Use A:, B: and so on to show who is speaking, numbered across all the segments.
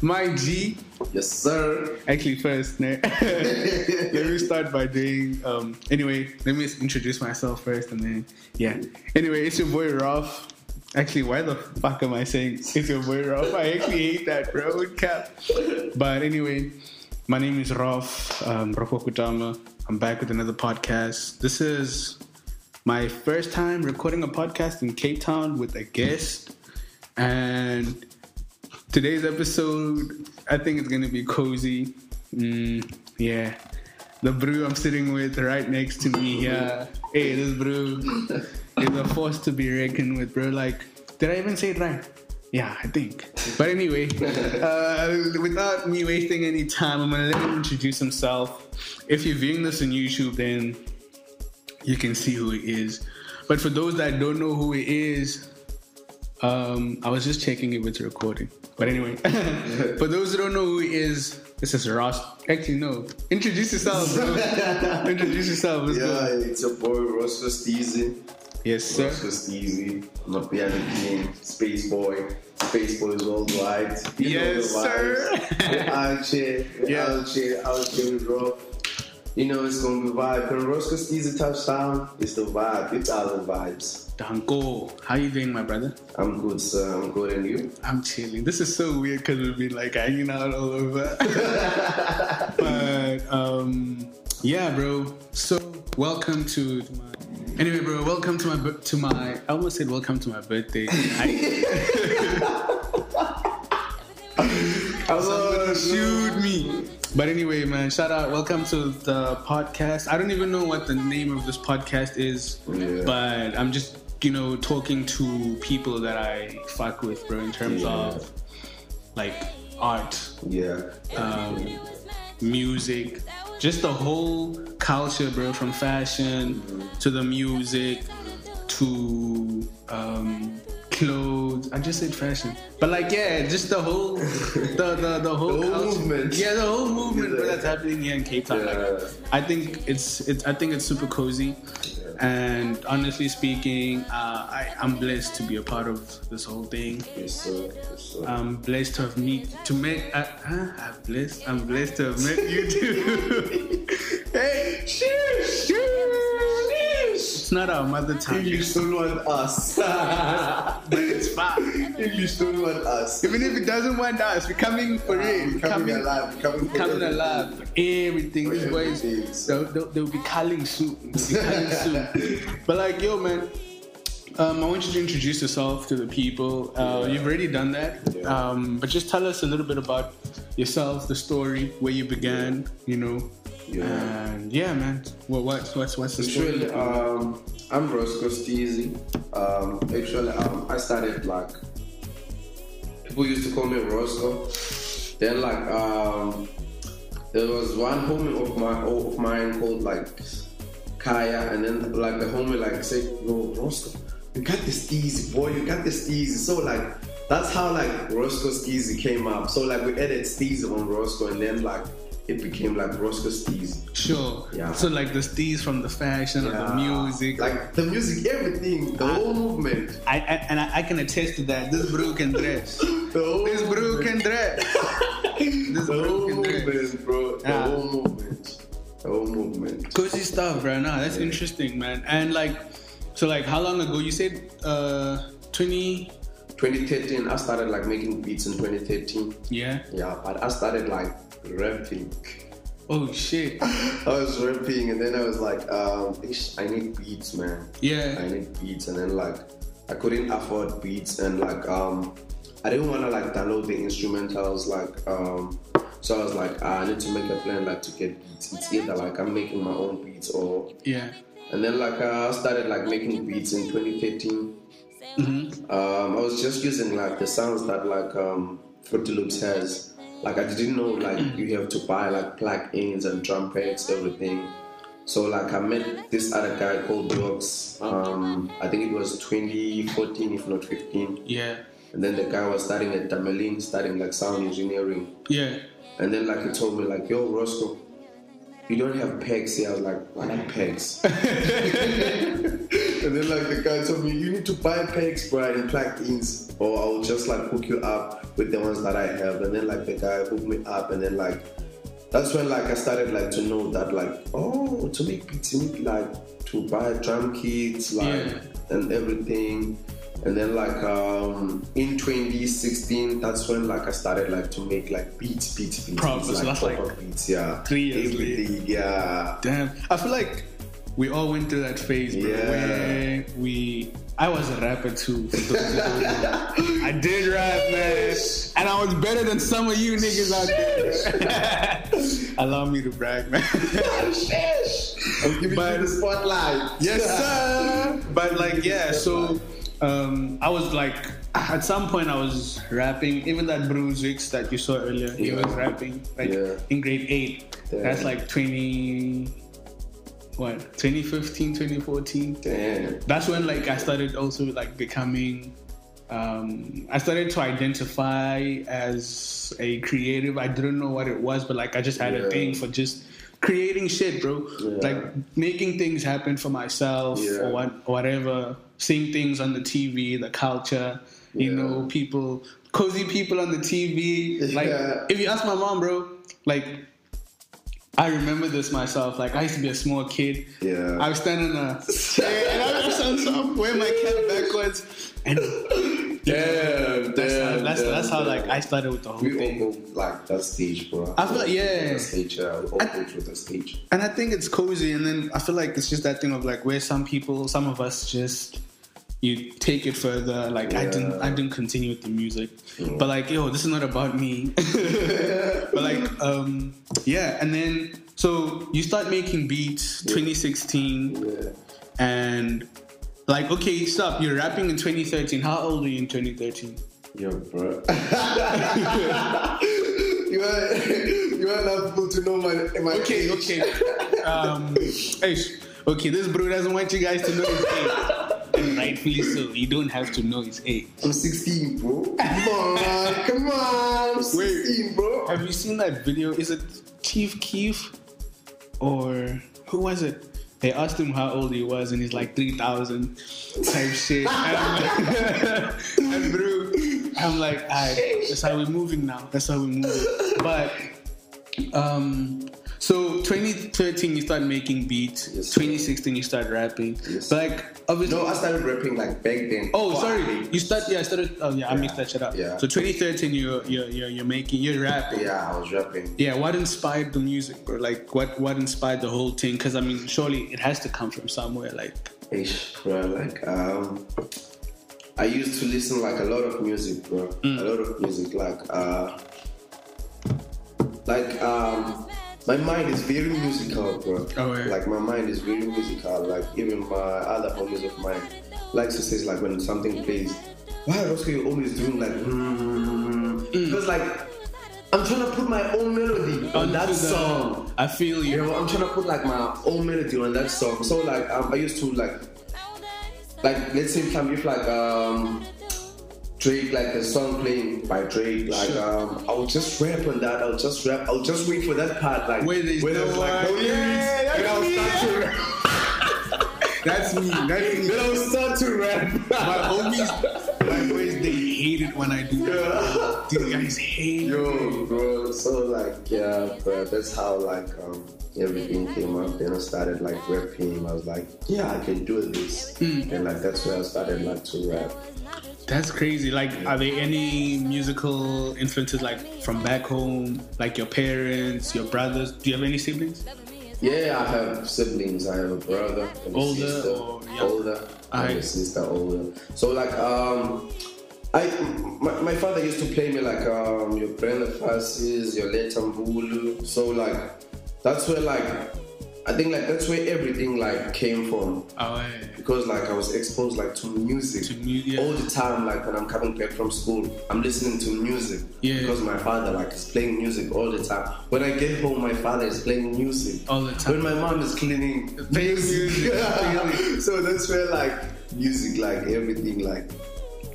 A: My G.
B: Yes, sir.
A: Actually, first, nah. let me start by doing. Um, anyway, let me introduce myself first, and then yeah. Anyway, it's your boy Ralph. Actually, why the fuck am I saying it's your boy Ralph? I actually hate that bro. Cap. But anyway, my name is Ralph um, Rocco Kutama. I'm back with another podcast. This is my first time recording a podcast in Cape Town with a guest, and today's episode i think it's gonna be cozy mm, yeah the brew i'm sitting with right next to me yeah hey this brew is a force to be reckoned with bro like did i even say it right yeah i think but anyway uh, without me wasting any time i'm gonna let him introduce himself if you're viewing this on youtube then you can see who he is but for those that don't know who he is um, I was just checking if it's recording. But anyway, for those who don't know who he is, this is Ross. Actually, no. Introduce yourself. bro. Introduce yourself. Let's
B: Yeah,
A: go.
B: it's your boy Ross Steezy.
A: Yes, sir.
B: Ross Steezy. I'm a piano king, space boy. Space boy is worldwide. You know
A: Yes,
B: the vibes.
A: sir.
B: We're out here. We're
A: Yeah.
B: out here. Out here with Rob. You know it's gonna be vibe. When Ross Steezy touchdown, it's the vibe. It's all the vibes.
A: Danko, how you doing, my brother?
B: I'm good, sir. I'm good, and you?
A: I'm chilling. This is so weird because we've been like hanging out all over. but um, yeah, bro. So welcome to my. Anyway, bro, welcome to my bir- to my. I almost said welcome to my birthday. I,
B: Hello.
A: shoot me. Oh, But anyway, man, shout out. Welcome to the podcast. I don't even know what the name of this podcast is,
B: Yeah.
A: but I'm just, you know, talking to people that I fuck with, bro, in terms
B: Yeah.
A: of like art,
B: Yeah.
A: um, music, just the whole culture, bro, from fashion to the music to um, clothes. I just said fashion, but like, yeah, just the whole, the the, the whole,
B: The whole
A: culture.
B: movement.
A: Yeah, the whole movement bro, that's happening here in Cape Town. Like,
B: Yeah.
A: I think it's it's I think it's super cozy, and honestly speaking, uh, I I'm blessed to be a part of this whole thing.
B: Yes, sir. Yes, sir.
A: I'm blessed to have meet to met. Uh, huh? I'm blessed. I'm blessed to have met you too. hey, sheesh, sheesh, sheesh. It's not our mother tongue.
B: English don't want us.
A: but it's fine.
B: English don't want us.
A: Even if it doesn't want us, we're coming for it.
B: Coming, coming alive. Coming, for
A: Coming
B: everything.
A: alive for everything. These
B: For
A: boys,
B: everything,
A: they'll, they'll, they'll be calling soon. They'll be calling soon. But like, yo, man, um, I want you to introduce yourself to the people. Uh, You've already done that,
B: Yeah.
A: um, but just tell us a little bit about yourself, the story, where you began, you know.
B: Yeah.
A: And yeah, man. Well, what's what's what's the story?
B: Actually, um, I'm Roscoe Steezy. Um, actually, um, I started like people used to call me Roscoe. Then like um, there was one homie of my of mine called like Kaya, and then like the homie like said, "No, Roscoe, you got this Steezy boy, you got this Steezy." So like that's how like Roscoe Steezy came up. So like we added Steezy on Roscoe, and then like it became like Roscoe Steezy.
A: Sure.
B: Yeah.
A: So like the steez from the fashion or the
B: Yeah.
A: music.
B: Like the music, everything, the whole movement.
A: I, I and I, I can attest to that. This bro can dress.
B: The whole
A: This bro
B: movement.
A: can dress. this
B: The
A: bro
B: whole
A: can dress.
B: movement, bro. The
A: Yeah.
B: whole movement. The whole movement.
A: Cozy stuff, bro. Nah, that's interesting, man. And like, so like, how long ago? You said uh, twenty.
B: 2013, I started like making beats in 2013.
A: Yeah.
B: Yeah, but I started like rapping.
A: Oh shit.
B: I was rapping and then I was like, um, ish, I need beats, man. I
A: Yeah.
B: need beats and then like I couldn't afford beats and like um I didn't wanna like download the instrumentals like um so I was like ah, I need to make a plan like to get beats. It's either like I'm making my own beats or
A: Yeah.
B: and then like uh, I started like making beats in 2013.
A: Mm-hmm.
B: Um, I was just using like the sounds that like um, Fruity Loops has. Like I didn't know like you have to buy like plug-ins and trumpets, everything. So like I met this other guy called Dogs. Um, I think it was 2014, if not 15.
A: Yeah.
B: And then the guy was studying at Tamerlane, studying like sound engineering.
A: Yeah.
B: And then like he told me like, yo Roscoe, you don't have pegs here. I was like, why not pegs? and then like the guy told me, you need to buy pegs, bro, and plug-ins, or I'll just like hook you up with the ones that I have. And then like the guy hooked me up, and then like that's when like I started like to know that like oh to make beats you need like to buy drum kits like and everything. And then like um in 2016, that's when like I started like to make like beats, beats, beats,
A: Proper,
B: beats
A: so that's, like,
B: proper beats, yeah.
A: three years later.
B: Everything, yeah.
A: Damn, I feel like we all went through that phase, bro.
B: Yeah.
A: Where we, I was a rapper too. for those who don't know. I did rap, man, and I was better than some of you niggas out there. Allow me to brag, man.
B: I'm giving
A: But-
B: you the spotlight.
A: yes, sir. But like, yeah. So, um, I was like, at some point, I was rapping. Even that Bruiswicks that you saw earlier, he
B: Yeah.
A: was rapping like
B: Yeah.
A: in grade eight. That's
B: Damn.
A: like twenty. What 2015, 2014.
B: Damn.
A: that's when like I started also like becoming um I started to identify as a creative. I didn't know what it was, but like I just had
B: Yeah.
A: a thing for just creating shit, bro.
B: Yeah.
A: Like making things happen for myself
B: Yeah.
A: or what whatever, seeing things on the TV, the culture, you
B: Yeah.
A: know, people cozy people on the TV. Like
B: Yeah.
A: if you ask my mom, bro, like I remember this myself. Like I used to be a small kid.
B: Yeah.
A: I was standing in a chair and I was on top wearing my cap backwards. And
B: Damn,
A: that's how,
B: damn,
A: that's,
B: damn,
A: that's how like
B: damn.
A: I started with the whole
B: We
A: thing.
B: all go like that stage, bro.
A: I feel like-
B: We all go
A: yeah.
B: through That stage, yeah. We all
A: I-
B: go through that stage.
A: And I think it's cozy. And then I feel like it's just that thing of like where some people, some of us just you take it further. Like I didn't,
B: Yeah.
A: I didn't continue with the music, but like yo, this is not about me. but like um yeah, and then so you start making beats 2016.
B: Yeah.
A: and like okay stop you're rapping in 2013 how old were you in 2013
B: Yo, bro. you want you want enough people to know my my
A: okay
B: age.
A: okay um hey, sh- okay this bro doesn't want you guys to know his age rightfully so you don't have to know his age
B: I'm 16, bro. Come on, come on. I'm 16, bro.
A: have you seen that video is it chief keef or who was it they asked him how old he was and he's like 3000 type shit and I'm like, and bro, I'm like alright that's how we're moving now that's how we're moving but Um, so 2013 you start making beats.
B: Yes.
A: 2016 you start rapping.
B: Yes.
A: But like obviously.
B: No, I started rapping like back then.
A: oh,
B: Fuck.
A: sorry. You start. Yeah, I started. Oh, yeah, I mixed that shit up.
B: Yeah.
A: So 2013 you're you're you're, you're making you're rapping.
B: Yeah, I was rapping.
A: Yeah, what inspired the music, or like what what inspired the whole thing? Because I mean, surely it has to come from somewhere. Like,
B: Ish, bro. Like, um, I used to listen like a lot of music, bro.
A: Mm.
B: A lot of music, like, uh, like, um, my mind is very musical, bro.
A: Oh, yeah.
B: Like, my mind is very musical. Like, even my other homies of mine likes to say, like, when something plays, why Roscoe you always doing like, mm, because like, I'm trying to put my own melody on that
A: onto the-
B: song.
A: I feel
B: You
A: you.
B: know, I'm trying to put like my own melody on that song. So like, um, I used to like, like let's say time if like um, Drake, like a song playing by Drake, like
A: Sure.
B: um, I'll just rap on that. I'll just rap. I'll just wait for that part, like
A: Where there's no
B: like
A: one. Yeah, that's
B: then I'll
A: me,
B: start to rap.
A: That's me. That's
B: Then I'll start to rap.
A: My homies, my boys, they hate it when I do that. These guys hate. it.
B: Yo, bro. So like, yeah, bro. That's how like um everything came up. Then I started like rapping. I was like, yeah, I can do this. And like that's where I started like to rap.
A: That's crazy. Like, are there any musical influences like from back home, like your parents, your brothers? Do you have any siblings?
B: Yeah, I have siblings. I have a brother, and
A: Older
B: a sister,
A: or younger?
B: older, I have
A: Aye.
B: a sister older. So like um. I, my, my father used to play me like um, your Brenda Fassis, your Leta Mbulu. So like that's where like I think like that's where everything like came from.
A: Oh, yeah.
B: because like I was exposed like to music
A: To mu- yeah.
B: all the time. Like when I'm coming back from school, I'm listening to music
A: Yeah.
B: because my father like is playing music all the time. When I get home, my father is playing music
A: All the time.
B: When my mom is cleaning,
A: Playing music.
B: so that's where like music, like everything, like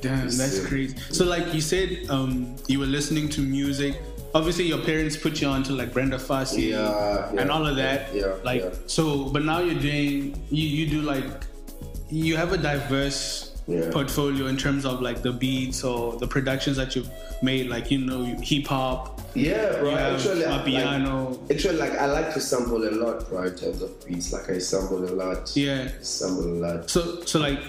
A: Damn, that's
B: Yeah.
A: crazy. So, like you said, um, you were listening to music. obviously your parents put you onto like Brenda Fassie
B: Yeah, yeah,
A: and all of that.
B: yeah,
A: Like
B: yeah.
A: so, but now you're doing you you do like you have a diverse
B: Yeah.
A: portfolio in terms of like the beats or the productions that you've made. Like you know hip hop,
B: Yeah, bro.
A: you have
B: actually, I-
A: Mapiano.
B: Like, actually, like I like to sample a lot, bro. In terms of beats, like I sample a lot.
A: yeah.
B: Sample a lot.
A: So so like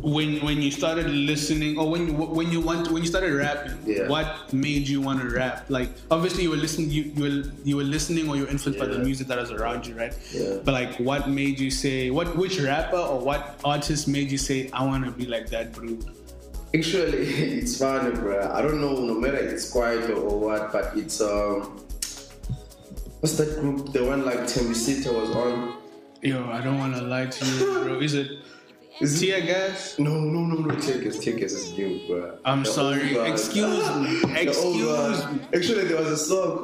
A: when when you started listening or when you when you want when you started rapping
B: Yeah.
A: what made you want to rap like obviously you were listening you you were, you were listening or you were influenced by the
B: Yeah.
A: music that was around you right
B: Yeah.
A: but like what made you say what which rapper or what artist made you say i want to be like that bro
B: Actually, it's funny, bro. I don't know, no matter it's quiet or what, but it's um, what's that group? The one like Temisita was on.
A: yo i don't want to lie to you bro is it is tear gas
B: No, no, no, no. Tickets, tickets is new, bro.
A: i'm
B: The old
A: sorry
B: one.
A: excuse me
B: The old
A: excuse me
B: one. Actually, there was a song.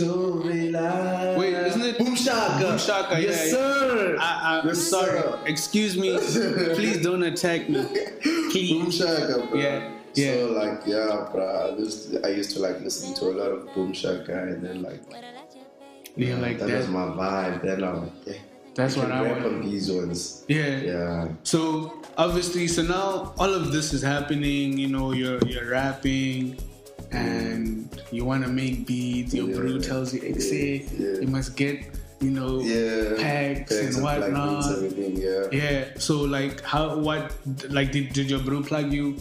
B: To be like-
A: Wait, isn't it-
B: Boom Shaka?
A: Boom Shaka,
B: yes,
A: yeah,
B: sir.
A: I, I'm
B: Yes,
A: sorry.
B: sir.
A: Excuse me. Please don't attack me.
B: Boom
A: Please.
B: Shaka, bro.
A: Yeah, yeah.
B: So like, yeah, bro. I used, I used to like listen to a lot of Boom Shaka, and then like,
A: Yeah, like
B: that, was
A: that.
B: my vibe. Then I'm like, yeah,
A: That's
B: I
A: what
B: can
A: I
B: rap
A: want.
B: on these ones.
A: Yeah.
B: Yeah,
A: So obviously, so now all of this is happening. You know, you're you're rapping, and you want to make beats. Your
B: Yeah.
A: bro tells you, "Exe,
B: Yeah.
A: you must get, you know,
B: yeah.
A: packs and
B: black beans,
A: whatnot."
B: Everything, yeah.
A: yeah. So like, how? What? Like, did, did your bro plug you?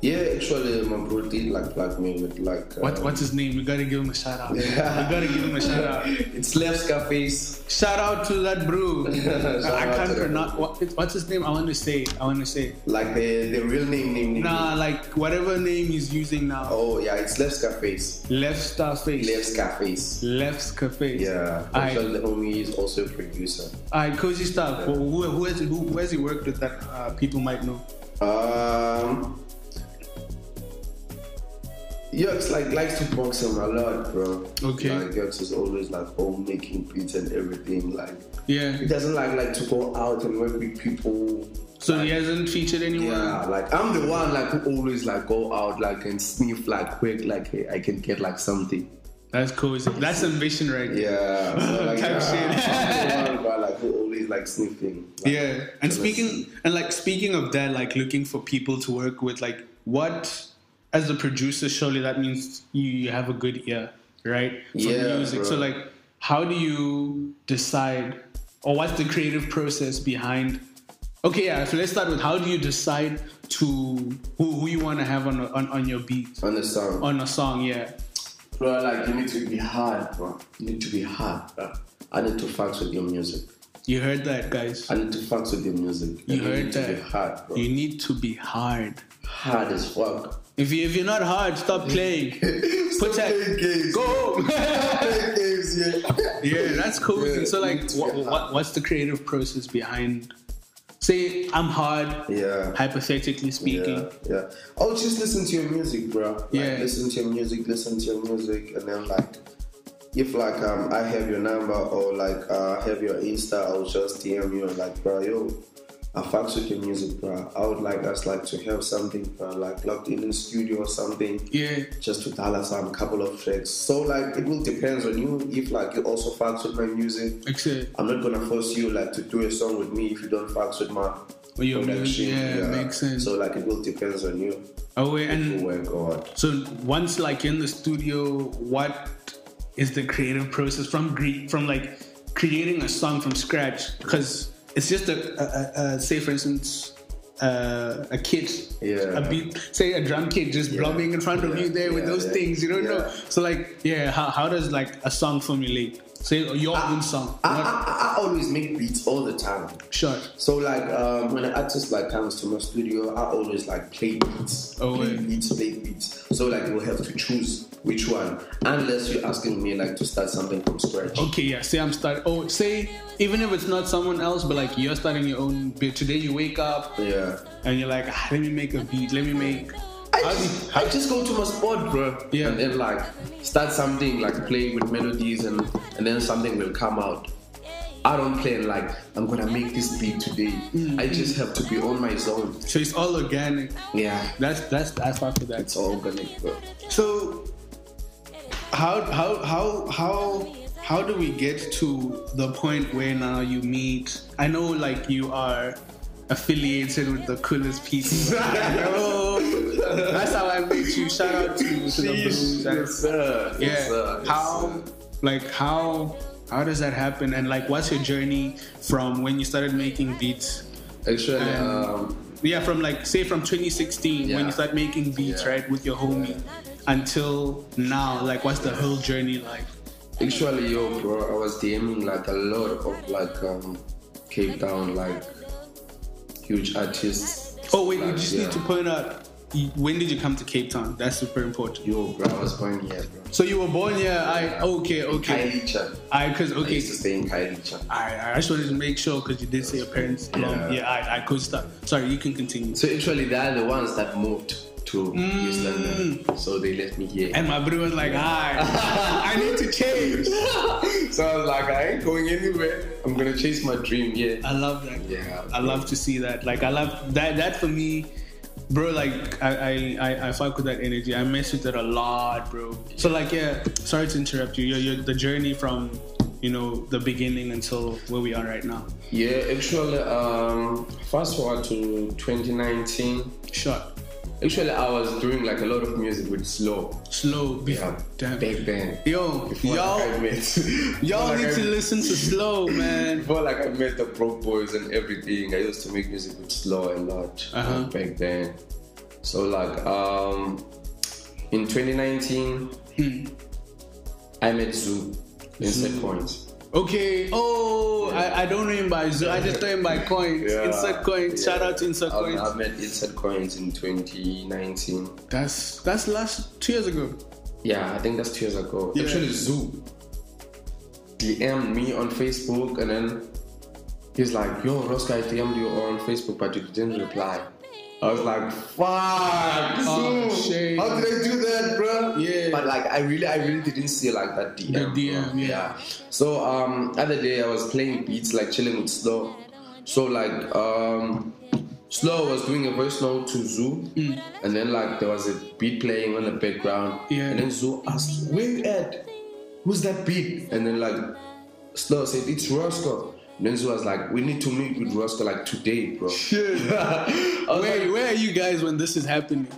B: Yeah, actually, my bro did like plug me with like.
A: What? uh,
B: um,
A: What's his name? We gotta give him a shout out. We gotta give him a shout out.
B: It's Left Scarface.
A: Shout out to that bro.
B: Shout
A: I
B: out
A: can't
B: to that
A: pronounce what, what's his name. I want to say. it. I want to say. it.
B: Like the the real name name. name.
A: Nah, like whatever name he's using now.
B: Oh yeah, it's Left Scarface.
A: Left Star Face.
B: Left Scarface.
A: Left's Cafe.
B: Yeah.
A: Aight.
B: Actually, the homie is also a producer.
A: Alright, cozy stuff. Who, who, who, has, who, who has he worked with that uh, people might know?
B: Um. Yox like likes to box him a lot, bro.
A: Okay.
B: Like Yox is always like home making beats and everything. Like he
A: Yeah.
B: doesn't like like to go out and work with people.
A: So he hasn't featured anyone.
B: Yeah, like I'm the one like who always like go out like and sniff like quick like hey, I can get like something.
A: That's cozy. That's ambition right there.
B: Yeah, so, like,
A: Type shit.
B: I'm the one, but, like who always like sniffing. Like,
A: Yeah. And speaking and like speaking of that, like looking for people to work with, like what as a producer, surely that means you, you have a good ear, right? For
B: Yeah,
A: music. So
B: bro.
A: like how do you decide or what's the creative process behind Okay, yeah, so let's start with how do you decide to who, who you want to have on, a- on on your beat
B: on the song.
A: on a song, yeah.
B: Bro, like you need to be hard, bro. You need to be hard, bro. I need to fuck with your music.
A: You heard that, guys.
B: I need to fuck with your music.
A: You
B: And
A: heard
B: need
A: that.
B: To be hard, bro.
A: You need to be hard.
B: Hard as fuck.
A: If you if you're not hard, stop playing. Put
B: playing
A: that.
B: games.
A: Go.
B: yeah.
A: yeah, that's cool.
B: Yeah,
A: so
B: you
A: like,
B: need to
A: what,
B: be
A: what, what's the creative process behind? Say I'm hard.
B: Yeah.
A: Hypothetically speaking.
B: Yeah, yeah. Oh, just listen to your music, bro. Like,
A: Yeah.
B: Listen to your music. Listen to your music, and then like, if like um I have your number or like uh, I have your Insta, I'll just DM you and like, bro, yo, I fucks with your music, bro. I would like us like to have something, bro, like locked in the studio or something.
A: Yeah.
B: Just to dial us some couple of tracks. So like, it will depends on you. If like you also fucks with my music.
A: Except
B: I'm not gonna force you like to do a song with me if you don't fucks with my
A: With your music, yeah, makes sense.
B: So like it will depends on you
A: oh, wait,
B: if you
A: and
B: work or what.
A: so once like in the studio, what is the creative process from Greek from like creating a song from scratch? Because it's just a, a, a, a say for instance. Uh, a kid,
B: Yeah.
A: a beat, say a drum kit just blobbing in front of
B: Yeah.
A: you there with
B: Yeah,
A: those
B: yeah.
A: things you don't
B: Yeah.
A: know. So like, yeah, how, how does like a song formulate? Say your own song,
B: I,
A: not-
B: I, I always make beats all the time.
A: Sure.
B: So like um, when an artist like comes to my studio, I always like play beats,
A: Oh,
B: play
A: yeah.
B: beats, play beats. So like we'll have to choose which one, unless you're asking me like to start something from scratch.
A: Okay, yeah. Say I'm starting. Oh, say even if it's not someone else, but like you're starting your own bit. Today you wake up
B: Yeah.
A: and you're like, "Ah, let me make a beat. Let me make.
B: I
A: How
B: just, I just go to my spot, bro.
A: Yeah.
B: And then like start something like playing with melodies and and then something will come out. I don't play like I'm gonna make this beat today.
A: Mm-hmm.
B: I just have to be on my zone.
A: So it's all organic.
B: Yeah.
A: That's that's that's after that.
B: It's all organic, bro.
A: So how how how how how do we get to the point where now you meet? I know, like you are affiliated with the coolest people. I know. That's how I met you. Shout out to, to the blues.
B: Yes, sir.
A: yeah.
B: Yes, sir. Yes,
A: how,
B: sir.
A: like how, how does that happen? And like, what's your journey from when you started making beats?
B: Actually,
A: And-
B: um,
A: Yeah, from like say from 2016 when
B: Yeah.
A: you start making beats,
B: Yeah.
A: right, with your homie, until now. Like, what's the whole journey like?
B: Actually, yo, bro, I was DMing like a lot of like um, Cape Town like huge artists.
A: Oh wait, we
B: Like,
A: just
B: yeah.
A: need to point out. y- When did you come to Cape Town? That's super important.
B: Yo, bro, I was born here, bro.
A: So you were born here. I okay, okay.
B: Kailicha.
A: I because
B: I
A: okay.
B: used to stay in Kailicha.
A: I, I just wanted to make sure because you did say your parents. Yeah,
B: Yeah.
A: yeah I, I could stop. Sorry, you can continue.
B: So actually, they are the ones that moved to East London, so they left me here.
A: Mm. And my brother was like, "Hi, I need to change."
B: so I was like, I ain't going anywhere. I'm gonna chase my dream. Yeah.
A: I love that.
B: Yeah.
A: I love to see that. Like I love that. That for me, bro. Like I I I, I fuck with that energy. I mess with it a lot, bro. So like yeah. Sorry to interrupt you. Your your the journey from you know the beginning until where we are right now.
B: Yeah. Actually, um, fast forward to 2019.
A: Short,
B: Actually, I was doing like a lot of music with slow.
A: slow. Be-
B: Yeah.
A: Damn.
B: Back then.
A: Yo,
B: Before like I
A: y'all,
B: met.
A: y'all
B: before,
A: need
B: like,
A: to
B: I-
A: listen to slow, man.
B: Before like I met the Pro Boys and everything, I used to make music with Slow a lot
A: Uh-huh.
B: uh, back then. So like um, in 2019,
A: Hmm.
B: I met Zoo in Set Point.
A: Okay. Oh, I, I don't know him by Zo- I just know him by coins.
B: Yeah,
A: Insert coins. Shout
B: yeah.
A: out to insert
B: I-
A: coins.
B: I met Insert Coins in 2019.
A: That's that's last two years ago.
B: Yeah, I think that's two years ago.
A: Yeah.
B: Actually, Zoo DM'd me on Facebook and then he's like, Yo, Roscoe, I DM'd you on Facebook, but you didn't reply. I was like, Fuck,
A: Oh,
B: Zoo,
A: shit.
B: how did I do that, bro?
A: Yeah.
B: But like, I really, I really didn't see like that DM.
A: The
B: bro.
A: DM, yeah.
B: So um, other day I was playing beats, like chilling with Slow. So like um, Slow was doing a voice note to Zoo,
A: Mm.
B: and then like there was a beat playing on the background.
A: Yeah.
B: And then Zoo asked, "Where you at? Who's that beat?" And then like Slow said, "It's Roscoe." And then Zoo was like, "We need to meet with Roscoe like today, bro." I was
A: Wait,
B: like,
A: where are you guys when this is happening?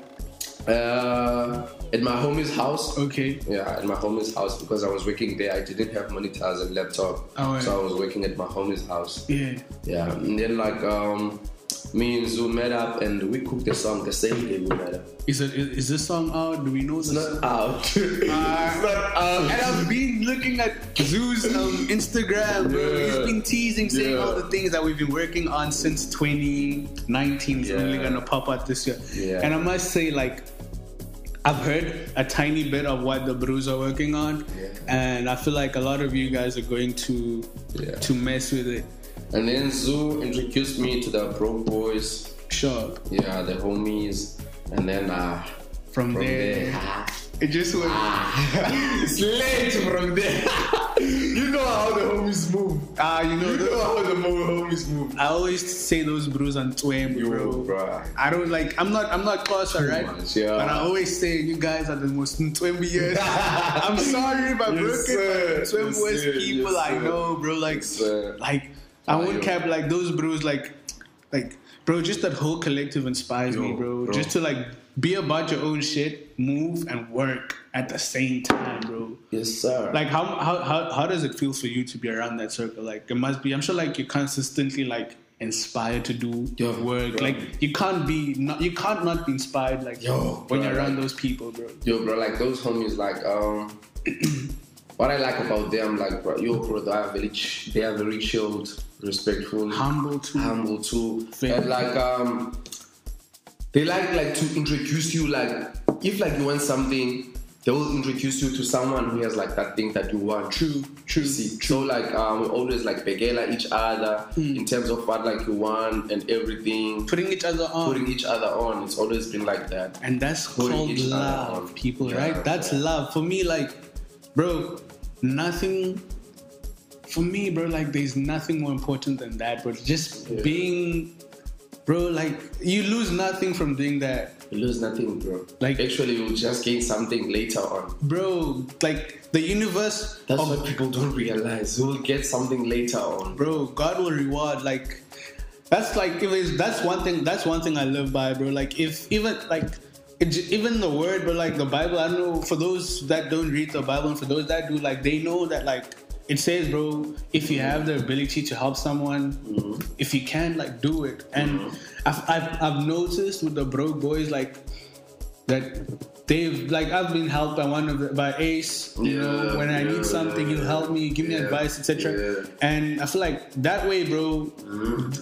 B: Uh, at my homie's house.
A: Okay.
B: Yeah, at my homie's house because I was working there. I didn't have monitors and laptop,
A: Oh, yeah.
B: so I was working at my homie's house.
A: Yeah.
B: Yeah, and then like um, me and Zoo met up and we cooked the song the same day we met up.
A: Is it is, is this song out? Do we know this? Uh,
B: It's not out. it's not out.
A: and I've been looking at Zoo's um, Instagram, bro.
B: Yeah.
A: He's been teasing, saying
B: Yeah.
A: all the things that we've been working on since 2019. It's
B: Yeah.
A: only gonna pop out this year.
B: Yeah.
A: And I must say, like, I've heard a tiny bit of what the Brews are working on,
B: Yeah.
A: and I feel like a lot of you guys are going to
B: Yeah.
A: to mess with it.
B: And then Zoo introduced me to the Broke Boys.
A: Sure.
B: Yeah, the homies. And then uh,
A: From,
B: from
A: there,
B: there, ah,
A: it just went.
B: it's late from there. you know how the homies move.
A: Ah, you know.
B: You
A: the-
B: know how the mo- homies move.
A: I always say those brews on Twim, bro.
B: Yo, bruh.
A: I don't like. I'm not. I'm not Kosa, right?
B: much, yeah.
A: But I always say you guys are the most Twimbiest. I'm sorry, but
B: Yes,
A: yes,
B: sir.
A: Brooklyn Twim
B: Yes,
A: West
B: sir.
A: people
B: Yes,
A: I
B: sir.
A: know, bro. Like,
B: Yes, sir.
A: like I won't
B: yo.
A: cap like those brews. Like, like, bro, just that whole collective inspires me,
B: Yo,
A: bro.
B: bro.
A: Just to like be about your own shit, move and work at the same time, bro
B: Yes, sir.
A: like how, how how how does it feel for you to be around that circle like it must be i'm sure like you're consistently like inspired to do your
B: Yo,
A: work
B: bro.
A: like you can't be not you can't not be inspired like
B: Yo,
A: when
B: bro,
A: you're around
B: like-
A: those people bro
B: Yo, bro, like those homies, like um, what I like about them, like bro, yo, bro, they are very, ch- they are very chilled, respectful,
A: humble too
B: humble too,
A: Very.
B: and like um, they like like to introduce you, like if like you want something, they will introduce you to someone who has like that thing that you want.
A: true true Hmm.
B: You see, so like um, we always like begela each other in terms of what like you want and everything,
A: putting each other on
B: putting each other on. It's always been like that.
A: and that's
B: Putting
A: called
B: each other
A: love
B: on.
A: people
B: Yeah,
A: right that's
B: yeah.
A: love for me like bro nothing for me bro like there's nothing more important than that but just
B: Yeah.
A: being bro like you lose nothing from doing that
B: You lose nothing, bro.
A: Like-
B: Like actually, you'll just gain something later on.
A: bro. Like the universe,
B: That's
A: oh,
B: what people don't realize. You will get something later on.
A: bro. God will reward. Like that's like if it's, that's one thing. That's one thing I live by, bro. Like if even like. it j- Even the word, but like the Bible, I know for those that don't read the Bible and for those that do, like they know that like it says, bro, if you have the ability to help someone,
B: Mm-hmm.
A: if you can, like do it. And I've, I've I've noticed with the broke boys, like that they've like I've been helped by one of the, by Ace. You know,
B: Yeah,
A: when I need
B: yeah,
A: something, you help me, give me
B: yeah,
A: advice, etc.
B: yeah.
A: And I feel like that way, bro,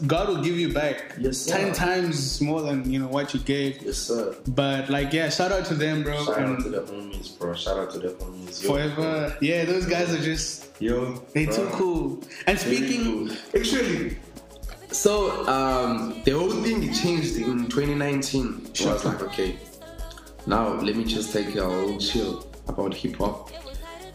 A: God will give you back
B: Mm-hmm. Yes, sir.
A: ten times more than you know what you gave.
B: Yes, sir.
A: But like, yeah, shout out to them, bro.
B: Shout out
A: and
B: to the homies, bro. Shout out to the homies. Yo,
A: forever, yeah, those guys are just
B: Yo.
A: they
B: bro.
A: too cool. And speaking,
B: cool. actually. So um, the whole thing changed in 2019. So I was like, okay, now let me just take a whole chill about hip hop.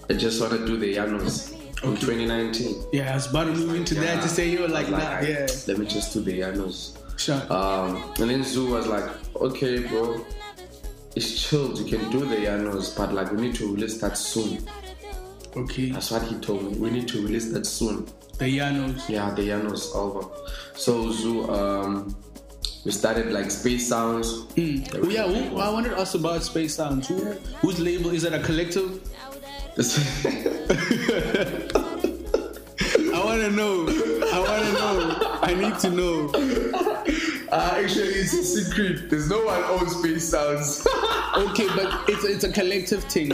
B: I just want to do the Yanos in 2019.
A: yeah, I was about to move into that to say you're like,
B: I was
A: nah, yeah,
B: Let me just do the Yanos.
A: shut.
B: Um, and then Zoo was like, okay, bro, it's chilled. You can do the Yanos, but like we need to release that soon.
A: okay,
B: That's what he told me. We need to release that soon.
A: the Yanos.
B: Yeah, the Yanos album. So Zoo, um, we started like Space Sounds.
A: Oh, yeah, who, I wondered also about Space Sounds. Who, whose label is that? A collective? I want to know. I want to know. I need to know.
B: uh, actually, it's a secret. There's no one owns Space Sounds.
A: Okay, but it's it's a collective thing.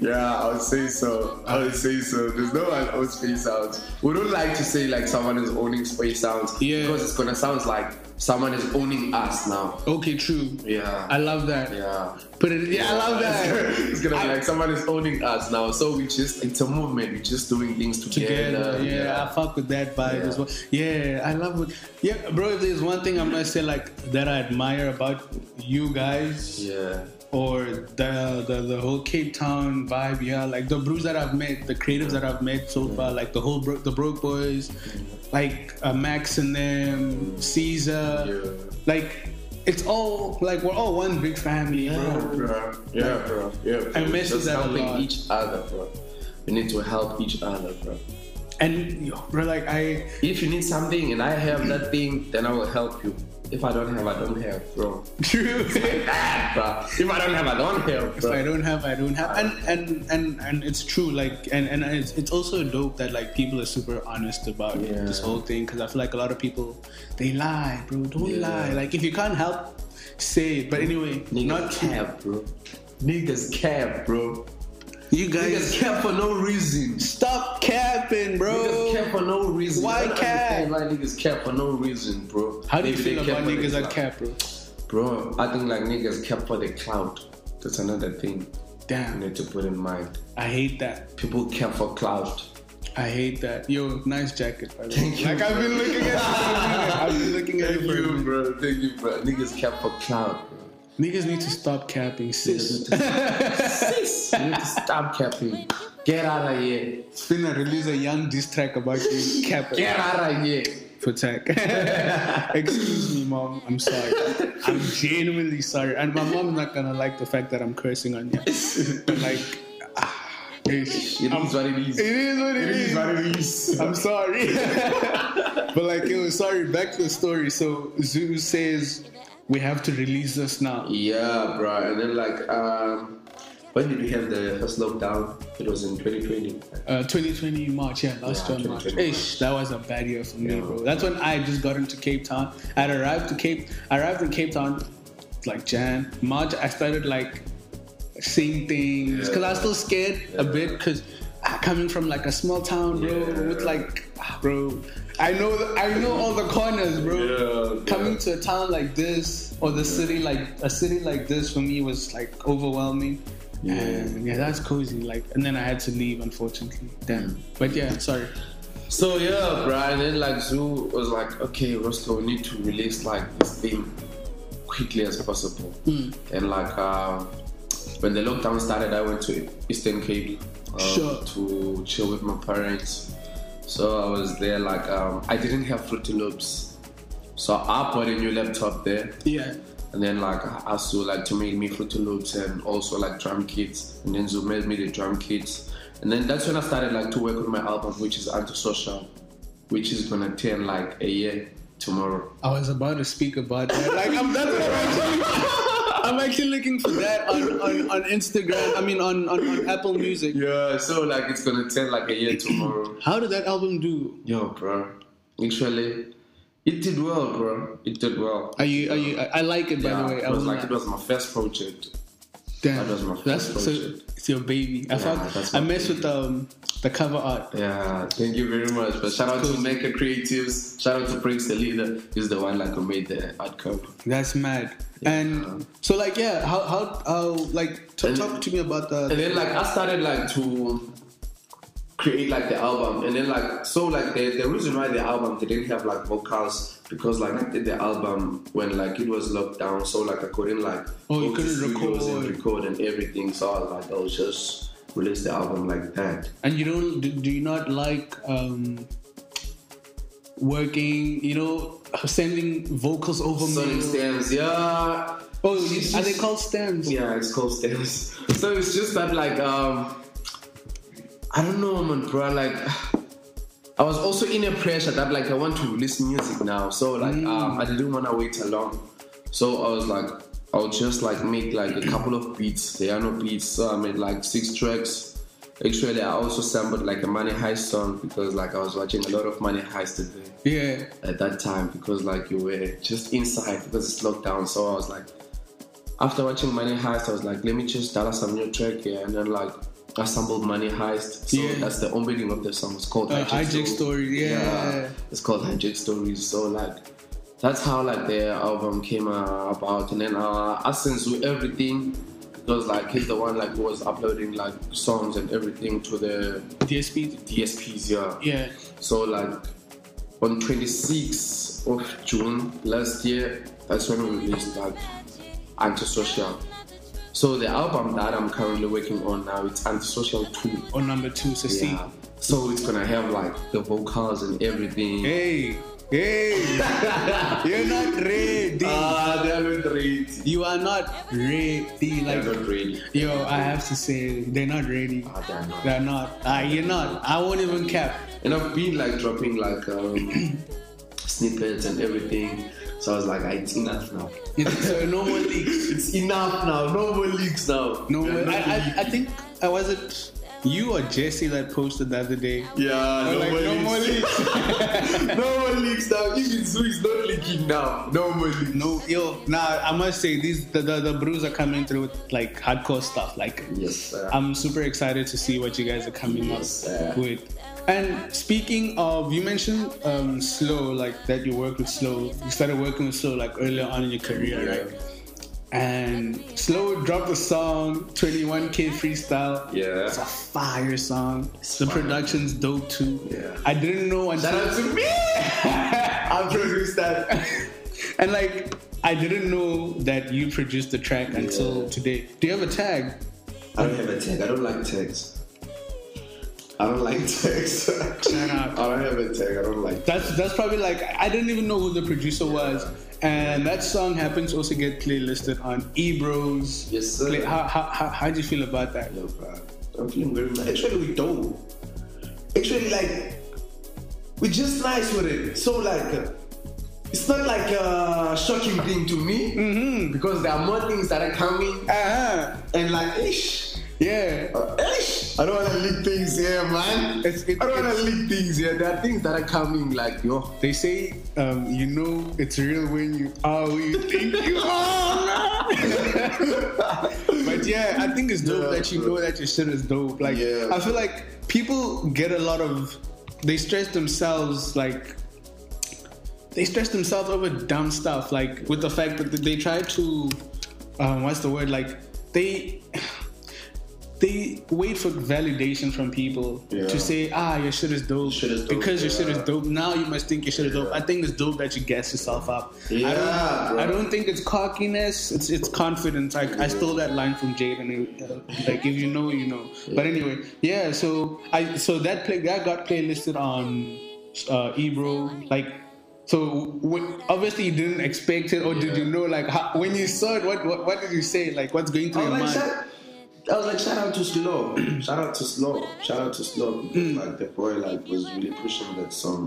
B: yeah, I would say so. I would say so. There's no one owns Space Sounds. We don't like to say like someone is owning Space Sounds.
A: Yeah.
B: Because it's gonna sound like someone is owning us now.
A: Okay, true.
B: Yeah.
A: I love that.
B: yeah.
A: Put it. Yeah, I love that.
B: it's gonna be like someone is owning us now. So we just it's a movement. We're just doing things together.
A: Together, yeah, I fuck with that vibe
B: Yeah.
A: as well. Yeah, I love it. Yeah, bro. If there's one thing I must say, like that I admire about you guys,
B: yeah.
A: or the, the the whole Cape Town vibe. Yeah, like the brews that I've met, the creatives that I've met so far, like the whole bro- the Broke Boys, like uh, Max and them, Caesar,
B: Yeah.
A: like it's all like we're all one big family, bro.
B: bro. Yeah, bro. Yeah, bro.
A: I miss
B: Just
A: that a
B: helping
A: lot.
B: each other, bro. We need to help each other, bro.
A: And yo, bro, like I,
B: If you need something and I have that thing, then I will help you. If I don't have, I don't have, bro.
A: true.
B: Ah, bro. If I don't have, I don't have,
A: If I
B: bro.
A: don't have, I don't have, and and and and it's true. Like, and and it's, it's also dope that like people are super honest about
B: Yeah.
A: this whole thing because I feel like a lot of people they lie, bro. Don't
B: Yeah.
A: lie. Like, if you can't help, say it. But anyway,
B: Niggas
A: not
B: cap, bro. Niggas cap, bro.
A: You guys
B: Niggas cap for no reason.
A: stop capping,
B: Niggas
A: bro.
B: cap for no reason.
A: Why
B: I don't
A: cap?
B: understand Why niggas cap for no reason, bro?
A: How do you
B: Maybe they
A: feel about
B: for the
A: niggas that
B: clout.
A: cap, bro?
B: Bro, I think like niggas cap for the clout. That's another thing you
A: Damn,
B: need to put in mind.
A: I hate that.
B: People care for clout.
A: I hate that. Yo, nice jacket. By the way.
B: Thank you,
A: Like I've been looking at it. I've been looking at it for a minute.
B: bro. Thank you, bro. Niggas care for clout. bro.
A: Niggas need to stop capping, sis.
B: Sis, you need to stop capping. Get out of here.
A: Finna release a young diss track about you capping.
B: Get out of here.
A: for tech. Excuse me, mom. I'm sorry. I'm genuinely sorry. And my mom's not gonna like the fact that I'm cursing on you. But like, ah, ish.
B: It
A: I'm-
B: is what it is.
A: It is what it is.
B: it is.
A: I'm sorry. but like, it was sorry. Back to the story. So Zoo says we have to release this now.
B: Yeah, bro. And then like, um, when did we have the first lockdown? It was in 2020.
A: Uh, 2020 March, yeah, last
B: Yeah,
A: year March.
B: 2020
A: Ish, that was a bad year for me,
B: Yeah.
A: bro. That's when I just got into Cape Town. I arrived to Cape, I arrived in Cape Town like Jan, March. I started like seeing things because I was still scared a
B: Yeah.
A: bit because coming from like a small town, bro,
B: Yeah.
A: with like, ah, bro, I know, the, I know all the corners, bro.
B: Yeah,
A: coming
B: yeah.
A: to a town like this or the city like a city like this for me was like overwhelming.
B: Yeah.
A: And yeah, that's cozy. Like, and then I had to leave, unfortunately. Damn. But yeah, sorry.
B: So yeah, bro. And then like Zoo was like, okay, Roscoe, we need to release like this thing quickly as possible. And like um, when the lockdown started, I went to Eastern Cape um,
A: Sure.
B: to chill with my parents. So I was there. Like um, I didn't have Fruity Loops, so I bought a new laptop there.
A: Yeah.
B: and then like Asu like to make me Fruity Loops and also like drum kits, and then Zoom made me the drum kits, and then that's when I started like to work on my album, which is Antisocial, which is gonna turn like a year tomorrow.
A: I was about to speak about that. Like, I'm, that's what I'm actually. I'm actually looking for that on, on, on Instagram. I mean, on, on, on Apple Music.
B: Yeah, so like it's gonna turn like a year tomorrow.
A: How did that album do?
B: Yo, bro, actually, it did well, bro. It did well.
A: Are you? Are you? I I like it by
B: Yeah,
A: the way. I
B: it was
A: will
B: like
A: not-
B: it was my first project.
A: Damn.
B: that was my first
A: That's so.
B: project.
A: It's your baby. I
B: Yeah,
A: fuck.
B: that's
A: I
B: my
A: messed with um the cover art.
B: Yeah, thank you very much. But shout out to Mecca Creatives. Shout out to Prince the leader. He's the one like who made the art cover.
A: That's mad. And so like yeah, how how how like t-
B: And-
A: talk to me about
B: And
A: the
B: then like I started like to create like the album and then like so like the, the reason why the album didn't have like vocals because like I did the album when like it was locked down so like I couldn't like
A: Oh, you
B: go to
A: couldn't
B: studios and
A: record.
B: record and everything so I was like I'll just release the album like that.
A: and you don't do, do you not like um working you know sending vocals over
B: Sonic
A: me.
B: stems, yeah.
A: Oh, you- are they called stems?
B: Yeah, it's called stems. So it's just that like um I don't know man bro like I was also in a pressure that like I want to release music now. So like um, I didn't wanna wait too long. So I was like I'll just like make like a couple of beats, They are no beats. So I made like six tracks. Actually I also sampled like a money heist song because like I was watching a lot of money heist today
A: Yeah.
B: at that time because like you were just inside because it's lockdown. So I was like, after watching Money Heist, I was like, let me just download some new track here, and then like I sampled Money Heist. So
A: Yeah.
B: that's the opening of the song. It's called
A: Uh, Hijack
B: Story.
A: Story, yeah.
B: it's called Hijack Stories. So like. That's how like their album came uh, about, and then uh, Asens do everything because like he's the one like who was uploading like songs and everything to the
A: DSP.
B: DSPs, yeah.
A: Yeah.
B: So like on 26th of June last year, that's when we released like Antisocial. So the album that I'm currently working on now, it's Antisocial 2.
A: Or number two, so see.
B: Yeah. So it's gonna have like the vocals and everything.
A: Hey, hey, you're not ready.
B: Ah, they're not ready.
A: you are not ready.
B: They're
A: Like,
B: not ready.
A: yo, I have to say, they're not ready.
B: Ah, they're not.
A: They're not. Ah, you're not. I won't even cap.
B: And I've been like dropping like um, snippets and everything. So I was like, "Ah, it's enough now.
A: It's- So no more leaks.
B: It's enough now. No more leaks now.
A: No
B: They're
A: more. I,
B: not
A: I, I think I was it. You or Jesse that posted the other day.
B: Yeah,
A: Or
B: no,
A: like,
B: more
A: no more
B: leaks.
A: leaks.
B: no more leaks now. Even Zoo is not leaking now. No more leaks.
A: No, yo, nah. I must say these the, the the brews are coming through with like hardcore stuff. Like
B: Yes, sir.
A: I'm super excited to see what you guys are coming
B: Yes, sir.
A: up with. And speaking of, you mentioned um, slow, like that you work with slow. You started working with slow like earlier on in your career, right? And slow dropped a song, 21k freestyle.
B: Yeah.
A: it's a fire song. the production's dope too.
B: Yeah.
A: I didn't know
B: Shout
A: until
B: out to me. I produced that.
A: and like I didn't know that you produced the track until
B: Yeah.
A: today. Do you have a tag?
B: I don't have a tag. I don't like tags. I don't like tags.
A: up.
B: I don't have a tag. I don't like.
A: That's that's probably like I didn't even know who the producer was, and that song happens to also get playlisted on Ebros.
B: Yes, sir.
A: Play, how, how, how, how do you feel about that?
B: No, bro. I'm feeling very nice. Actually, we don't. Actually, like, we're just nice with it. So, like, uh, it's not like a shocking thing to me mm-hmm. because there are more things that are coming.
A: Uh-huh.
B: And, like, ish.
A: Yeah,
B: Uh, ish. I don't want to leak things here, man.
A: It's- it-
B: I don't want
A: it's-
B: to leak things here. There are things that are coming, like, yo.
A: they say um, you know it's real when you are who you think you are. but yeah, I think it's dope
B: Yeah,
A: that you
B: bro.
A: know that your shit is dope. Like
B: Yeah.
A: I feel like people get a lot of they stress themselves like they stress themselves over dumb stuff, like with the fact that they try to, um, what's the word? Like they they wait for validation from people
B: Yeah.
A: to say, ah, your shit is dope.
B: Shit is dope,
A: because your shit is
B: yeah.
A: dope. Now you must think your shit is dope. I think it's dope that you gas yourself up. I
B: Yeah,
A: don't,
B: bro.
A: I don't think it's cockiness. It's it's confidence. I, I stole that line from Jaden. Uh, like if you know, you know. But anyway, yeah. So I so that play that got playlisted on uh, Ebro. Like So w- obviously you didn't expect it, or did
B: Yeah.
A: you know? Like how, when you saw it, what, what what did you say? Like what's going through
B: I
A: your
B: was Oh, like,
A: mind?
B: shout, I was like, shout out to Slow, shout out to Slow, shout out to Slow. Like the boy, like was really pushing that song.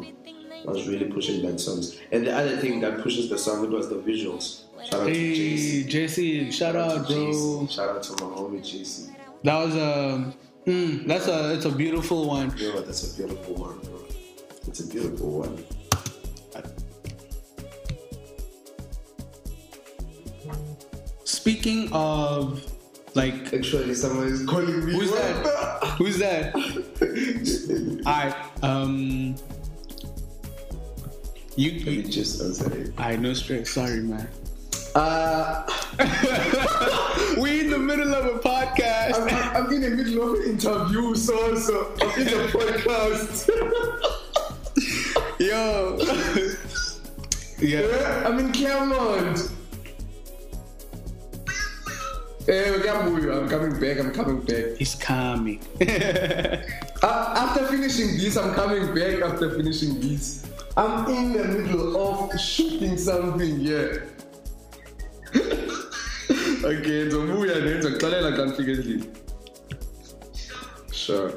B: Was really pushing that song. And the other thing that pushes the song it was the visuals. Shout out to JC.
A: Hey, Jesse, shout out,
B: to
A: bro.
B: JC. Shout out to my homie JC.
A: That was a. Mm, that's a. It's a beautiful one.
B: Yo, that's a beautiful one, bro. It's a beautiful one.
A: Speaking of, like,
B: Actually, someone is calling me.
A: who's
B: right
A: that? Who's that? I um. You.
B: now. Let me
A: you
B: just answer it.
A: I no stress. Sorry, man.
B: Uh,
A: We in the middle of a podcast.
B: I'm, I'm in the middle of an interview, so so I'm in the podcast.
A: Yo. yeah.
B: Eh, I'm in Claremont. Hey, we can't move. Eh, I'm coming back. I'm coming back.
A: He's calming.
B: Uh, after finishing this, I'm coming back. After finishing this, I'm in the middle of shooting something. Yeah. okay, so move your name. So Clare, I can't figure it. Sure.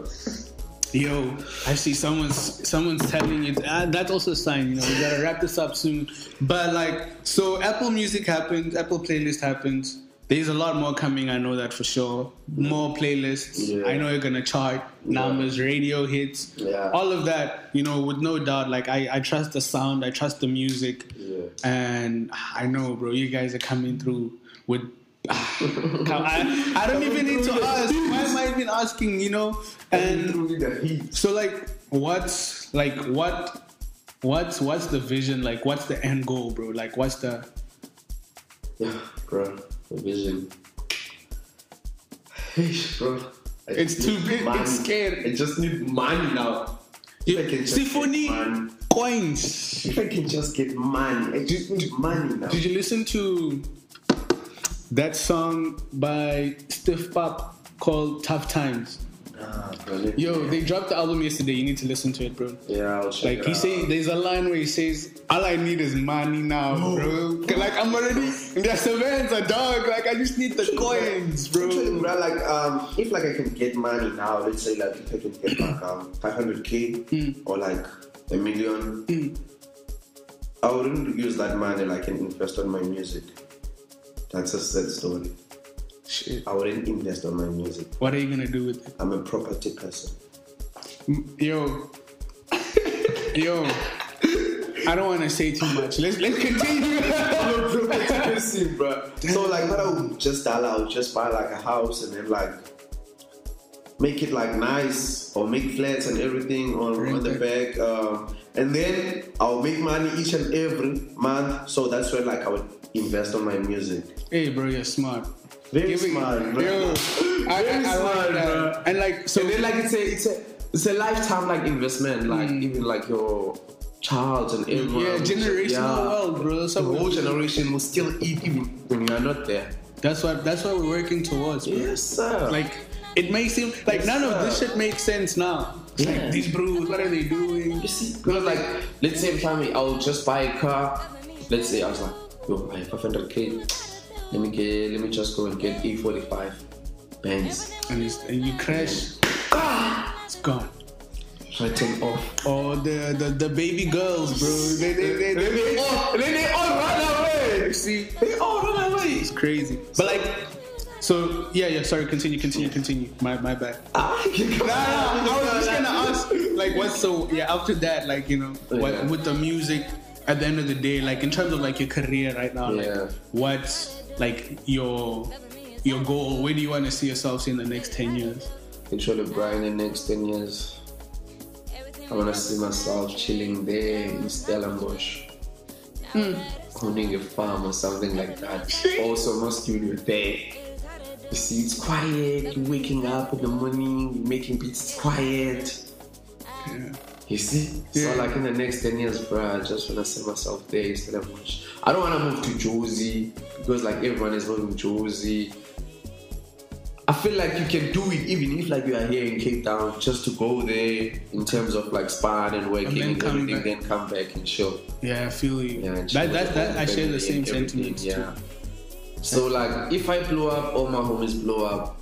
A: Yo, I see someone's someone's telling you ah, that's also a sign. You know, we gotta wrap this up soon. But like, so Apple Music happens, Apple Playlist happens. There's a lot more coming. I know that for sure. More playlists.
B: Yeah.
A: I know you're gonna chart numbers, radio hits,
B: Yeah.
A: all of that. You know, with no doubt. Like, I I trust the sound. I trust the music.
B: Yeah.
A: And I know, bro, you guys are coming through with. ah, Come- I, I don't even need to ask. Why am I even asking? You know, and
B: Through the heat.
A: so like what's like what what's what's the vision like what's the end goal bro like what's the
B: Yeah, bro. The vision. Eish, bro. I
A: It's
B: just
A: too
B: need
A: big,
B: money.
A: it's scary.
B: I just need money now. If I can just
A: symphony
B: get money.
A: coins
B: If I can just get money. I just need money now.
A: did you listen to that song by stiff pop called tough times
B: Nah, bro, let-
A: yo they dropped the album yesterday you need to listen to it bro
B: Yeah, I'll check
A: like
B: it
A: he
B: out.
A: say, there's a line where he says, "All I need is money now, bro. Like I'm already in the Savanza, dog. Like I just need the coins, bro."
B: Actually, bro, like um, if like I can get money now, let's say like if I can get like um 500k
A: Hmm.
B: or like a million, I wouldn't use that money like and invest on my music. That's a sad story.
A: Shit.
B: I wouldn't invest on my music.
A: What are you gonna do with it?
B: I'm a property person.
A: Yo, yo, I don't want to say too much. Let's let's continue.
B: I'm a property person, bro. So like, what I would just do, I would just buy like a house and then like make it like nice or make flats and everything on,
A: Rent
B: on the back. Um, and then I'll make money each and every month. So that's where like I would invest on my music.
A: hey, bro, you're smart.
B: Very
A: Give me-
B: smart, bro.
A: Yo, I,
B: Very
A: I, I like
B: smart,
A: that.
B: bro.
A: And like, so
B: And then like it's a it's a it's a lifetime like investment, like even like your child and everyone.
A: yeah, generational
B: Mm. Yeah.
A: wealth, bro. That's
B: The
A: what,
B: whole
A: we-
B: generation will still eat even when you are not there.
A: that's what that's what we're working towards, bro.
B: Yes, sir.
A: Like, it may seem like
B: Yes,
A: none of
B: sir.
A: this shit makes sense now. It's
B: Yeah.
A: Like these bros, what are they doing?
B: You see, because like, let's say if I I'll just buy a car. Let's say I was like, yo, I have 500k. Let me get, let me just go and get E45 Benz.
A: And, it's, and you crash, it's gone.
B: Try turn off.
A: Oh, the, the, the baby girls, bro. They, they, they, they, they, oh, all, they, they all run away. You see?
B: They all run away.
A: It's crazy. But like, so, yeah, yeah, sorry, continue, continue, continue. My, my bad.
B: Ah, you can come
A: Nah, nah, I was just
B: back.
A: gonna ask, like, what, so, yeah, after that, like, you know, what,
B: Yeah.
A: with the music, at the end of the day, like, in terms of, like, your career right now,
B: Yeah.
A: like, what's, like, your, your goal? Where do you want to see yourselves in the next 10 years?
B: Control of Brian in the next 10 years. I wanna see myself chilling there in Stellenbosch. Owning a farm or something like that. also, my studio there. You see, it's quiet. You're waking up in the morning, you're making beats, it's quiet. You see?
A: Yeah.
B: So, like in the next 10 years, bruh, I just wanna see myself there in Stellenbosch. I don't wanna move to Josie because, like, everyone is moving to Josie. I feel like you can do it even if like you are here in Cape Town, just to go there in terms of like sparring and working
A: then
B: and,
A: come
B: everything,
A: back.
B: then come back and show.
A: Yeah, I feel you.
B: Yeah, and
A: that,
B: show
A: that, that, I
B: everything,
A: share the same
B: everything,
A: sentiments too.
B: Yeah. So like, if I blow up, all my homies blow up.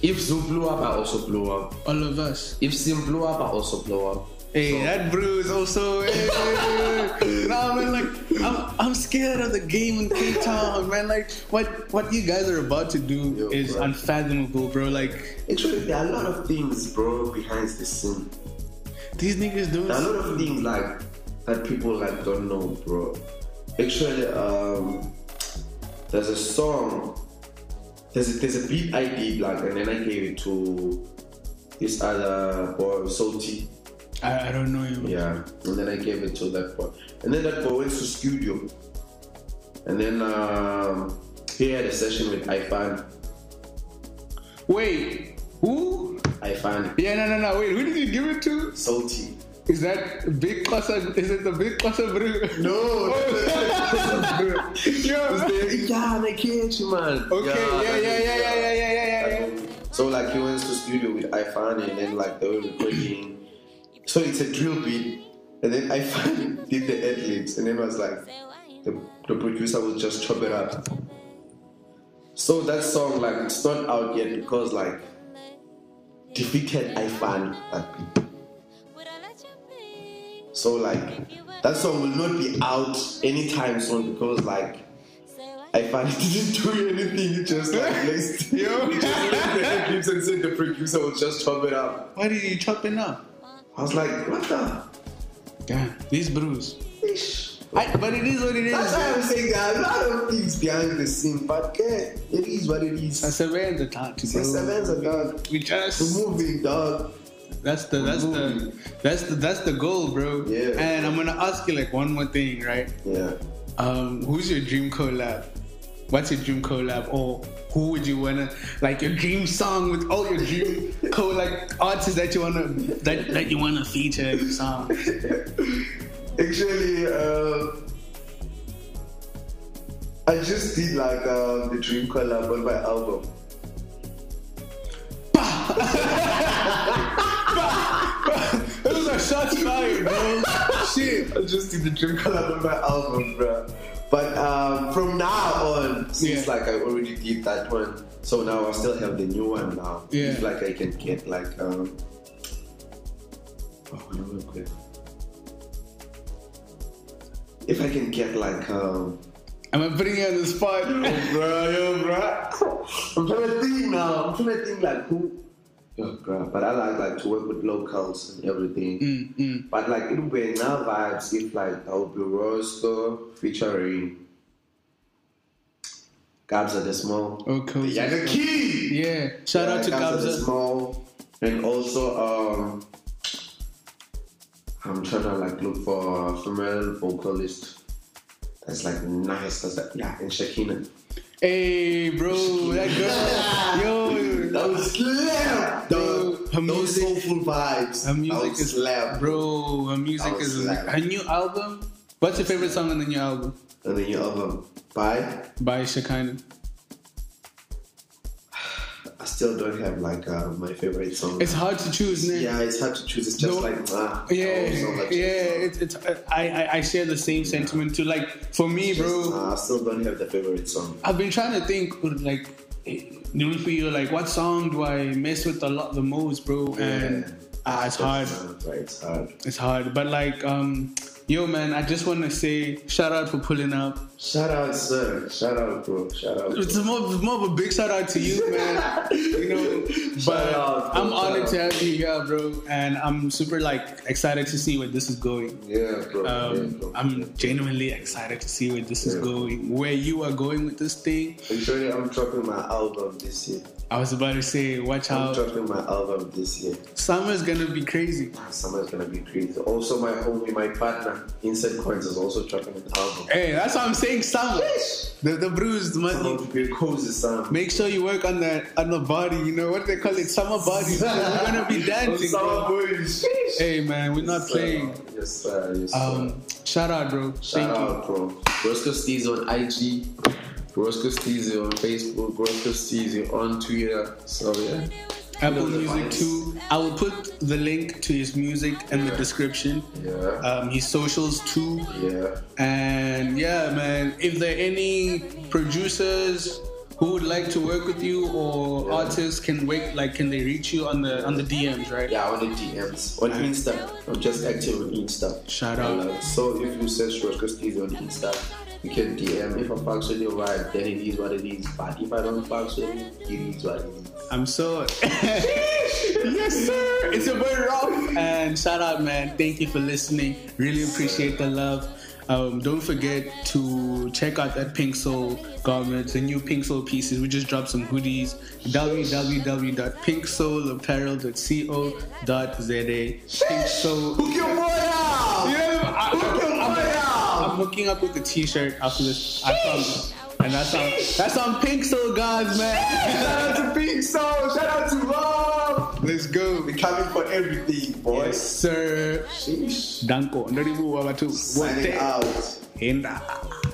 B: If Zoo blew up, I also blow up.
A: All of us.
B: If Sim blew up, I also blow up.
A: Hey, that brew is also. Hey, nah, man, like I'm, I'm scared of the game in Cape Town, man. Like what what you guys are about to do
B: Yo,
A: is
B: bro.
A: unfathomable, bro. Like
B: Actually, there are a lot of things, bro, behind the scene.
A: these niggas doing.
B: There are a lot of things like that people like don't know, bro. Actually, um, there's a song. There's a, there's a beat I did like, and then I gave it to this other boy, Salty.
A: I, I don't know you.
B: Yeah, and then I gave it to that boy, and then that boy went to studio, and then um, he had a session with Ifan.
A: Wait, who?
B: Ifan,
A: Yeah, no, no, no. Wait, who did you give it to?
B: Salty.
A: Is that big cluster? Is it the big cluster brew?
B: No,
A: Yo.
B: yeah, they catch you, man.
A: Okay, yeah, yeah, yeah, yeah, yeah, yeah, yeah, yeah, yeah.
B: So like he went to studio with Ifan and then like they were recording. So it's a drill beat, and then Ifan did the ad libs, and then was like, the, the producer would just chop it up. So that song like it's not out yet because like defeated Ifan that beat. So like that song will not be out anytime soon because like I found it didn't do anything. You just like placed
A: Yo.
B: you just placed the headphones and said the producer will just chop it up.
A: Why did you chopping up?
B: I was like, what the?
A: Damn, these brews.
B: Ish.
A: I, but it is what it
B: That's
A: is.
B: why I'm saying there are a lot of things behind the scene, but yeah, it is what it
A: I
B: is.
A: surveyed the time to
B: Six
A: bro.
B: sevens are dog.
A: We
B: It's
A: just
B: moving dog.
A: that's the that's the that's the that's the goal, bro.
B: Yeah.
A: And I'm gonna ask you like one more thing, right?
B: Yeah.
A: Um, who's your dream collab? What's your dream collab? Or who would you wanna like your dream song with all your dream co like artists that you wanna that, that you wanna feature in your song?
B: Actually, uh, I just did like uh, the dream collab on my album.
A: Those are shots fired, bro. Shit.
B: I just did the dream collab on my album, bro. But um, from now on, since
A: Yeah.
B: like I already did that one, so now I still have the new one now.
A: Yeah.
B: If like I can get like um, oh, hold on real quick. If I can get like um,
A: I'm putting you on the spot.
B: bro, yo, bro. I'm trying to think now. I'm trying to think like who. Yo, bro. But I like like to work with locals and everything.
A: Mm, mm.
B: But like it would be now vibes if like I would be Roscoe featuring Gabs of the Small.
A: Okay.
B: Yeah, the key.
A: Oh, Yeah. Shout out to
B: Gabs of the
A: Gabza.
B: Small, and also um. I'm trying to like look for a female vocalist that's like nice. That's like yeah, and Shakina.
A: Hey, bro, that girl. Yo,
B: That was slap, dog.
A: Her
B: Those
A: music-
B: soulful vibes.
A: her
B: That
A: music
B: was
A: is
B: slap,
A: bro. Her music
B: That was
A: is
B: slap.
A: her new album. What's your favorite song on the new album
B: And then your album, bye.
A: by Shekinah?
B: I still don't have like uh, my favorite song.
A: It's hard to choose, man.
B: yeah, it's hard to choose. It's just
A: No.
B: like ah,
A: Yeah,
B: I also like
A: yeah,
B: It's,
A: it's, it's I, I I share the same sentiment too. Like for me,
B: just,
A: bro,
B: uh, I still don't have the favorite song.
A: I've been trying to think like new for you. Like what song do I mess with a lot the most, bro? And ah, it's hard.
B: Just, uh, right, it's hard.
A: It's hard. But like um, yo, man, I just want to say shout out for pulling up.
B: Shout out, sir. Shout out, bro. Shout out. Bro.
A: It's more, more of a big shout out to you, man. you know, but
B: Shout out, bro.
A: I'm honored
B: Shout
A: to have you here, bro, and I'm super like excited to see where this is going.
B: Yeah, bro. yeah,
A: Um,
B: bro.
A: I'm genuinely excited to see where this is
B: Yeah.
A: going, where you are going with this thing.
B: Actually, I'm dropping my album this year.
A: I was about to say, watch
B: I'm
A: out,
B: dropping my album this year. Ah,
A: summer's gonna be crazy.
B: Summer's gonna be crazy. Also, my homie, my partner, Inside Coins, is also dropping an album.
A: Hey, that's what I'm saying, summer. The the bruised
B: It's
A: money.
B: going to be a cozy summer.
A: Make sure you work on that on the body. You know what they call it, summer body. We're gonna be dancing.
B: Summer
A: Bro.
B: boys.
A: Hey man, we're not
B: Yes,
A: playing.
B: sir. Yes, sir. Yes, sir.
A: Um, shout out, bro.
B: Shout
A: Thank Um, you.
B: out, bro. Roscoe Steez on IG. Roscoe Steezy on Facebook, Roscoe Steezy on Twitter. So yeah.
A: Apple
B: Love the
A: Music
B: vibes.
A: too. I will put the link to his music in the description.
B: Yeah.
A: Um, his socials too.
B: yeah.
A: And yeah, man, if there are any producers who would like to work with you or
B: Yeah.
A: artists can wait like can they reach you on the on the DMs, right?
B: Yeah, on the DMs. On Insta. I'm just active on Insta.
A: Shout out.
B: And, uh, so if you search Roscoe Steezy on Insta, you can DM. If I fucks with your vibe, then it is what it is. But if I don't fucks with you, it is what it is.
A: I'm so Yes sir! It's your boy Ralph and shout out man. Thank you for listening. Really appreciate the love. Um, don't forget to check out that Pink Soul garments, the new Pink Soul pieces. We just dropped some hoodies. www.pinksoulapparel.co.za. Pink Soul
B: Hook your boy up!
A: Yeah, I-
B: Hook your boy
A: I'm
B: up!
A: hooking up with a t-shirt after this. I promise. And that's on that's on Pink Soul guys, man.
B: Shout out to Pink Soul! Shout out to Rob!
A: Let's go.
B: We're coming for everything, boys.
A: Sir
B: Sheesh.
A: Danko. Ndaribu Wabatu.
B: Signing out.
A: Hinda.